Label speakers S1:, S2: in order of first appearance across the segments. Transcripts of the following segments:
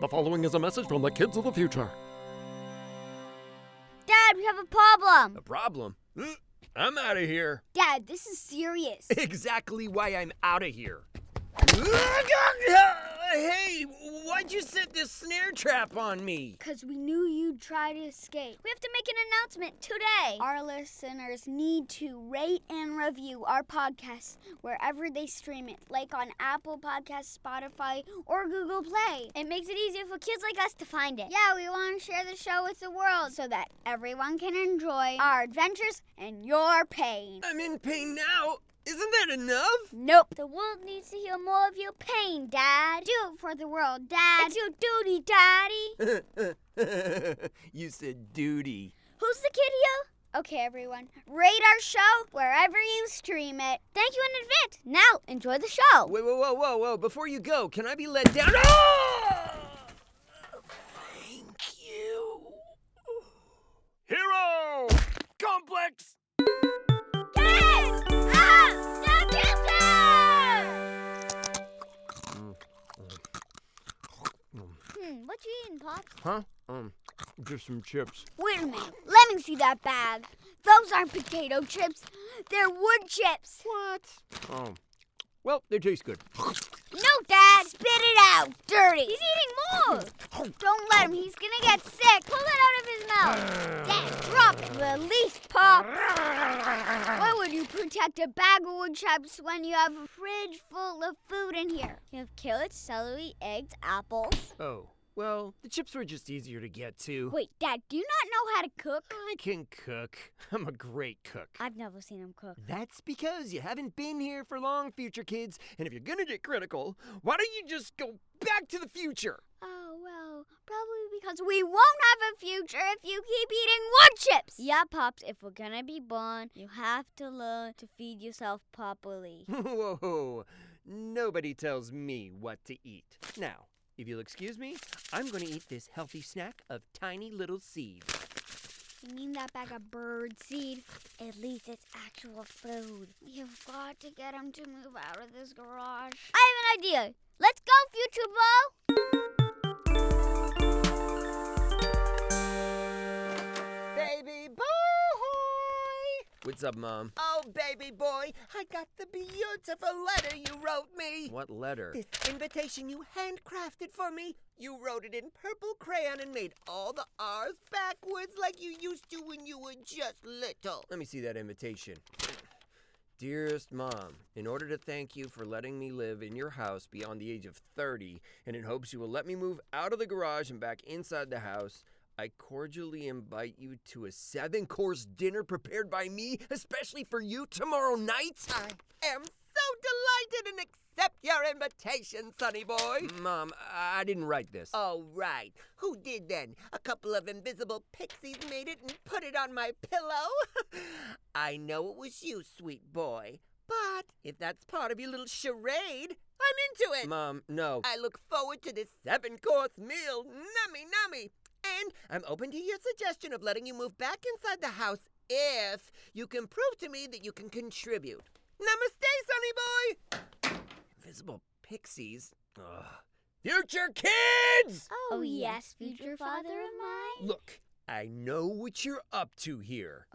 S1: The following is a message from the kids of the future.
S2: Dad, we have a problem.
S1: A problem? Mm, I'm out of here.
S2: Dad, this is serious.
S1: Exactly why I'm out of here.
S3: Hey, why'd you set this snare trap on me?
S2: Because we knew you'd try to escape. We have to make an announcement today. Our listeners need to rate and review our podcast wherever they stream it, like on Apple Podcasts, Spotify, or Google Play. It makes it easier for kids like us to find it. Yeah, we want to share the show with the world so that everyone can enjoy our adventures and your pain.
S3: I'm in pain now. Isn't that enough?
S2: Nope. The world needs to hear more of your pain, Dad. Do it for the world, Dad. It's your duty, Daddy.
S3: you said duty.
S2: Who's the kid here? Okay, everyone. Rate our show wherever you stream it. Thank you in advance. Now, enjoy the show.
S3: Wait, whoa, whoa, whoa, whoa. Before you go, can I be let down? Oh! Thank you. Hero! Complex!
S2: Kids of the future! Hmm, what you eating, Pops?
S1: Huh? Um, just some chips.
S2: Wait a minute. Let me see that bag. Those aren't potato chips. They're wood chips.
S3: What? Oh. Well, they taste good.
S2: No, Dad. Spit it out. Dirty. He's eating more. Don't let him. He's gonna get sick. Pull it out of his mouth. Dad, drop it. Release, Pop. Why would you protect a bag of wood chips when you have a fridge full of food in here? You have carrots, celery, eggs, apples.
S3: Oh. Well, the chips were just easier to get to.
S2: Wait, Dad, do you not know how to cook?
S3: I can cook. I'm a great cook.
S2: I've never seen him cook.
S3: That's because you haven't been here for long, future kids. And if you're gonna get critical, why don't you just go back to the future?
S2: Oh, well, probably because we won't have a future if you keep eating wood chips. Yeah, Pops, if we're gonna be born, you have to learn to feed yourself properly.
S3: Whoa, nobody tells me what to eat. Now, if you'll excuse me, I'm gonna eat this healthy snack of tiny little seeds.
S2: You mean that bag of bird seed? At least it's actual food. You've got to get him to move out of this garage. I have an idea. Let's go, Future Bo!
S4: Baby boy!
S3: What's up, Mom?
S4: Oh, baby boy, I got the beautiful letter you wrote me.
S3: What letter?
S4: This invitation you handcrafted for me. You wrote it in purple crayon and made all the R's backwards like you used to when you were just little.
S3: Let me see that invitation. Dearest Mom, in order to thank you for letting me live in your house beyond the age of 30, and in hopes you will let me move out of the garage and back inside the house, I cordially invite you to a seven course dinner prepared by me, especially for you tomorrow night.
S4: I am so delighted and accept your invitation, sonny boy.
S3: Mom, I I didn't write this.
S4: All right, who did then? A couple of invisible pixies made it and put it on my pillow? I know it was you, sweet boy. But if that's part of your little charade, I'm into it.
S3: Mom, no.
S4: I look forward to this seven course meal. Nummy, nummy. And I'm open to your suggestion of letting you move back inside the house if you can prove to me that you can contribute. Namaste, sonny boy!
S3: Invisible pixies. Ugh. Future kids!
S2: Oh, yes, future father of mine.
S3: Look, I know what you're up to here.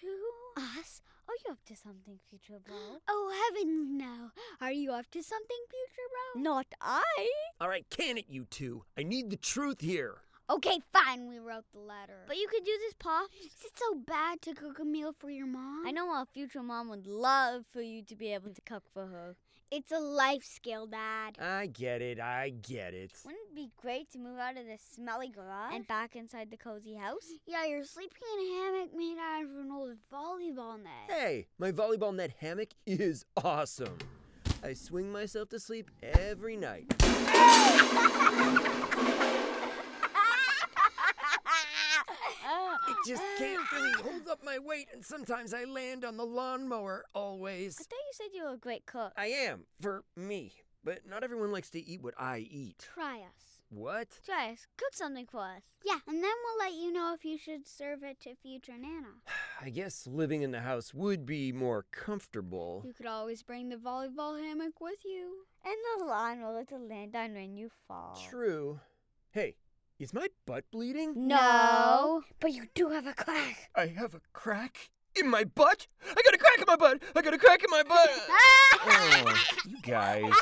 S2: To us? Are you up to something, future bro? oh, heavens no. Are you up to something, future bro? Not I.
S3: All right, can it, you two? I need the truth here.
S2: Okay, fine, we wrote the letter. But you could do this, Pop. Is it so bad to cook a meal for your mom? I know our future mom would love for you to be able to cook for her. It's a life skill, Dad.
S3: I get it, I get it.
S2: Wouldn't it be great to move out of this smelly garage and back inside the cozy house? Yeah, you're sleeping in a hammock made out of an old volleyball net.
S3: Hey, my volleyball net hammock is awesome. I swing myself to sleep every night. It just can't really hold up my weight, and sometimes I land on the lawnmower
S2: I
S3: always.
S2: thought you said you were a great cook.
S3: I am, for me. But not everyone likes to eat what I eat.
S2: Try us.
S3: What?
S2: Try us. Cook something for us. Yeah, and then we'll let you know if you should serve it to future Nana.
S3: I guess living in the house would be more comfortable.
S2: You could always bring the
S4: Uh,
S2: volleyball hammock with you. And the lawn will to land on when you fall.
S3: True.
S4: Hey, is my butt bleeding?
S2: No. But you do have a crack.
S4: I have a crack in my butt. I got a crack in my butt. I got a crack in my butt. oh, you guys.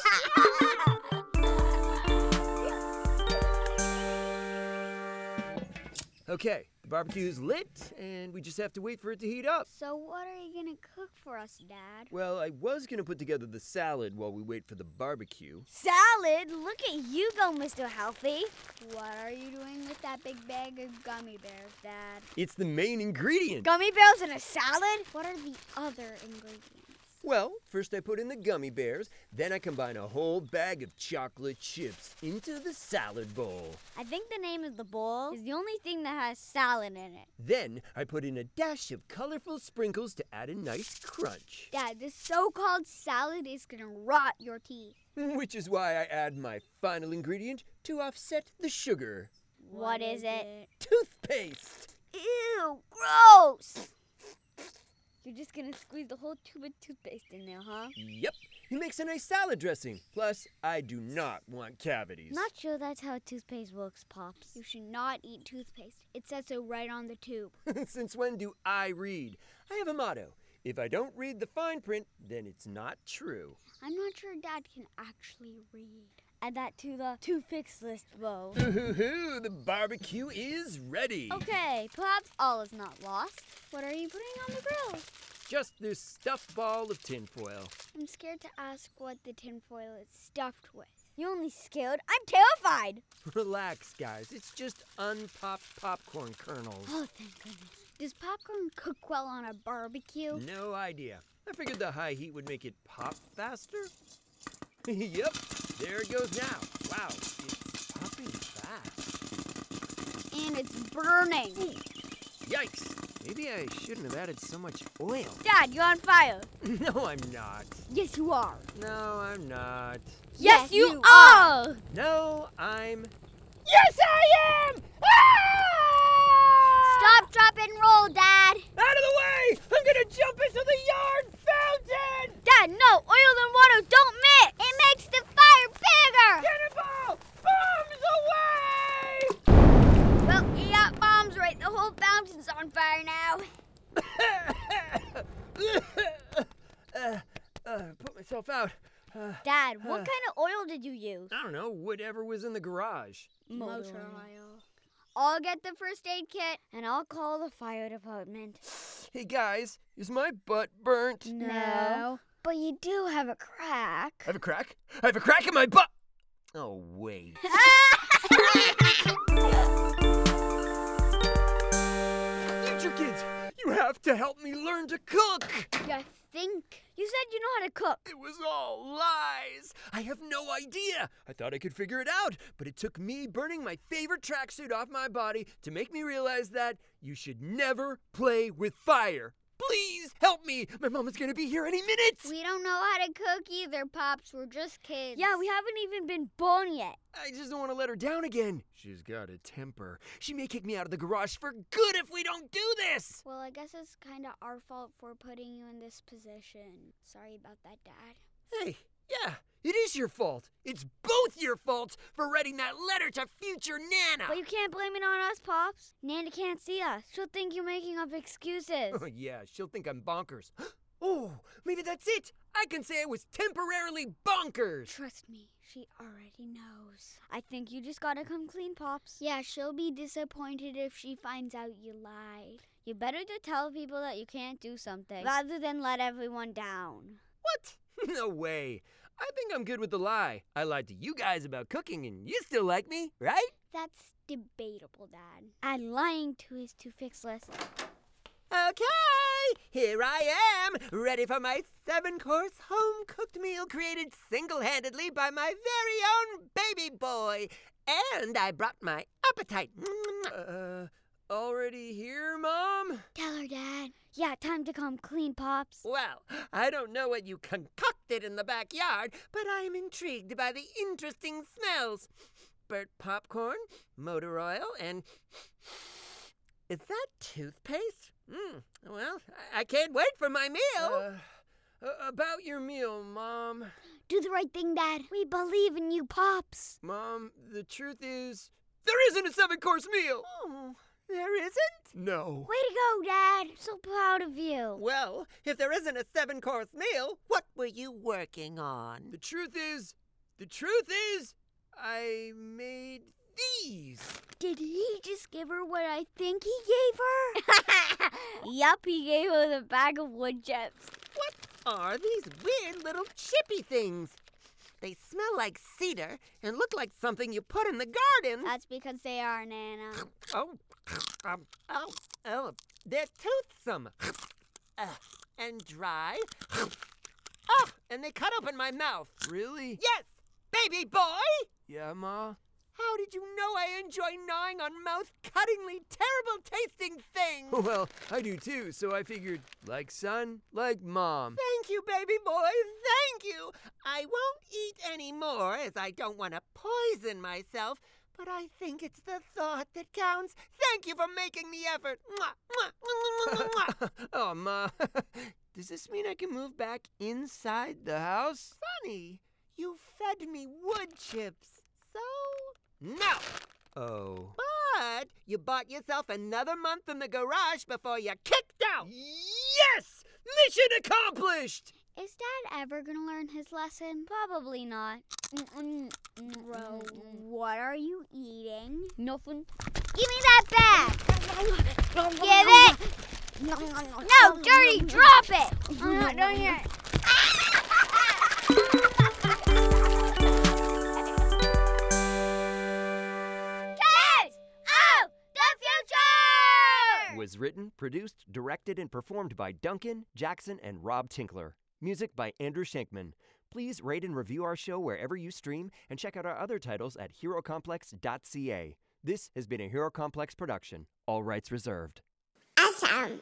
S4: Okay, the barbecue's lit, and we just have to wait for it to heat up.
S2: So what are you gonna cook for us, Dad?
S4: Well, I was gonna put together the salad while we wait for the barbecue.
S2: Salad? Look at you go, Mr. Healthy. What are you doing with that big bag of gummy bears, Dad?
S4: It's the main ingredient.
S2: Gummy bears in a salad? What are the other ingredients?
S4: Well, first I put in the gummy bears, then I combine a whole bag of chocolate chips into the salad bowl.
S3: I think the name of the bowl is the only thing that has salad in it.
S4: Then I put in a dash of colorful sprinkles to add a nice crunch,
S2: Dad, this so-called salad is gonna rot your teeth.
S4: which is why I add my final ingredient to offset the sugar
S3: what is, it?
S4: toothpaste.
S2: Ew, gross.
S3: You're just gonna squeeze the whole tube of toothpaste in there, huh?
S4: Yep, it makes a nice salad dressing. Plus, I do not want cavities.
S3: Not sure that's how toothpaste works, Pops.
S2: You should not eat toothpaste. It says so right on the tube.
S4: Since when do I read? I have a motto if I don't read the fine print, then it's not true.
S2: I'm not sure Dad can actually read.
S3: Add that to the to fix list, Bo.
S4: Ooh, the barbecue is ready.
S2: Oh.
S3: okay, perhaps all is not lost.
S2: What are you putting on the grill?
S4: Just this stuffed ball of tinfoil.
S2: I'm scared to ask what the tinfoil is stuffed with.
S3: You only scared? I'm terrified!
S4: Relax, guys. It's just unpopped popcorn kernels.
S3: Oh, thank goodness.
S2: Does popcorn cook well on a barbecue?
S3: Mm.
S4: No idea. I figured the high heat would make it pop faster. yep, there it goes now. Wow, it's popping fast.
S2: And it's burning.
S4: Yikes. Maybe I shouldn't have added so much oil.
S3: Dad, you're on fire!
S4: no, I'm not.
S3: Yes, you are!
S4: No, I'm not.
S3: Yes,
S2: Yes,
S3: you,
S2: you
S3: are!
S4: No, I'm.
S3: Yes, I am!
S2: Stop, drop, and roll, Dad.
S4: Out of the way! I'm gonna jump into the yard fountain!
S3: Dad, no! Oil and water don't mix!
S2: It makes the fire bigger.
S4: Cannonball! Bombs away!
S2: Well, he got bombs right. The whole fountain's on fire now.
S4: uh, uh, put myself out. Uh,
S3: Dad, what kind of oil did you use?
S4: I don't know, whatever was in the garage.
S2: oil.
S3: I'll get the first aid kit and I'll call the fire department.
S4: Hey guys, is my butt burnt?
S3: No.
S2: But you do have a crack.
S4: I have a crack. I have a crack in my butt. Oh wait. Future kids, you have to help me learn to cook.
S2: You think?
S3: You said you know how to cook.
S4: It was all lies. I have no idea. I thought I could figure it out, but it took me burning my favorite tracksuit off my body to make me realize that you should never play with fire. Please help me. My mom is going to be here any minute.
S2: We don't know how to cook either, Pops. We're just kids.
S3: Yeah, we haven't even been born yet.
S4: I just don't want to let her down again. She's got a temper. She may kick me out of the garage for good if we don't do this.
S2: Well, I guess it's kind of our fault for putting you in this position. Sorry about that, Dad.
S4: Hey, yeah, it is your fault. It's both your faults for writing that letter to future Nana.
S3: But you can't blame it on us, Pops. Nana can't see us. She'll think you're making up excuses.
S4: Oh, yeah, she'll think I'm bonkers. Oh, maybe that's it. I can say I was temporarily bonkers.
S2: Trust me, she already knows.
S3: I think you just gotta come clean, Pops.
S2: Yeah, she'll be disappointed if she finds out you lied.
S3: You better to tell people that you can't do something rather than let everyone down.
S4: What? No way. I think I'm good with the lie. I lied to you guys about cooking and you still like me, right?
S2: That's debatable, Dad.
S3: Add lying to his to fix list.
S4: Okay, here I am, ready for my seven course home cooked meal created single handedly by my very own baby boy. And I brought my appetite. Uh, already here, Mom?
S2: Tell her, Dad.
S3: Yeah, time to come clean, Pops.
S4: Well, I don't know what you concocted in the backyard, but I am intrigued by the interesting smells. Burnt popcorn, motor oil, and. Is that toothpaste? Mm, well, I, I can't wait for my meal. Uh, about your meal, Mom.
S2: Do the right thing, Dad.
S3: We believe in you, Pops.
S4: Mom, the truth is,
S3: There isn't a seven course meal!
S4: Oh, there isn't?
S1: No.
S5: Way to go, Dad. I'm so proud of you.
S4: Well, if there isn't a seven course meal, what were you working on?
S3: The truth is, the truth is, I made these.
S5: Did he just give her what I think he gave her? yup, he gave her the bag of wood chips.
S4: What are these weird little chippy things? They smell like cedar and look like something you put in the garden.
S2: That's because they are, Nana.
S4: oh, um, oh, oh, they're toothsome Ugh, and dry. Oh, and they cut open my mouth.
S3: Really?
S4: Yes, baby boy!
S3: Yeah, Ma?
S4: How did you know I enjoy gnawing on mouth cuttingly terrible tasting things?
S3: Well, I do too, so I figured, like son, like mom.
S4: Thank you, baby boy. Thank you. I won't eat any more as I don't want to poison myself, but I think it's the thought that counts. Thank you for making the effort. Mwah, mwah, mwah, mwah, mwah, mwah.
S3: oh, Ma. Does this mean I can move back inside the house?
S4: Sonny, you fed me wood chips. So, no.
S3: Oh.
S4: But you bought yourself another month in the garage before you kicked out.
S3: Yes! Mission accomplished!
S2: Is Dad ever gonna learn his lesson?
S5: Probably not.
S2: Bro, what are you eating?
S5: Nothing. Give me that bag. Give it. No, dirty, drop it. I'm not doing it. Kids of the future!
S3: Was written, produced, directed, and performed by Duncan, Jackson, and Rob Tinkler. Music by Andrew Shankman. Please rate and review our show wherever you stream and check out our other titles at herocomplex.ca. This has been a Hero Complex production, all rights reserved.
S6: Awesome.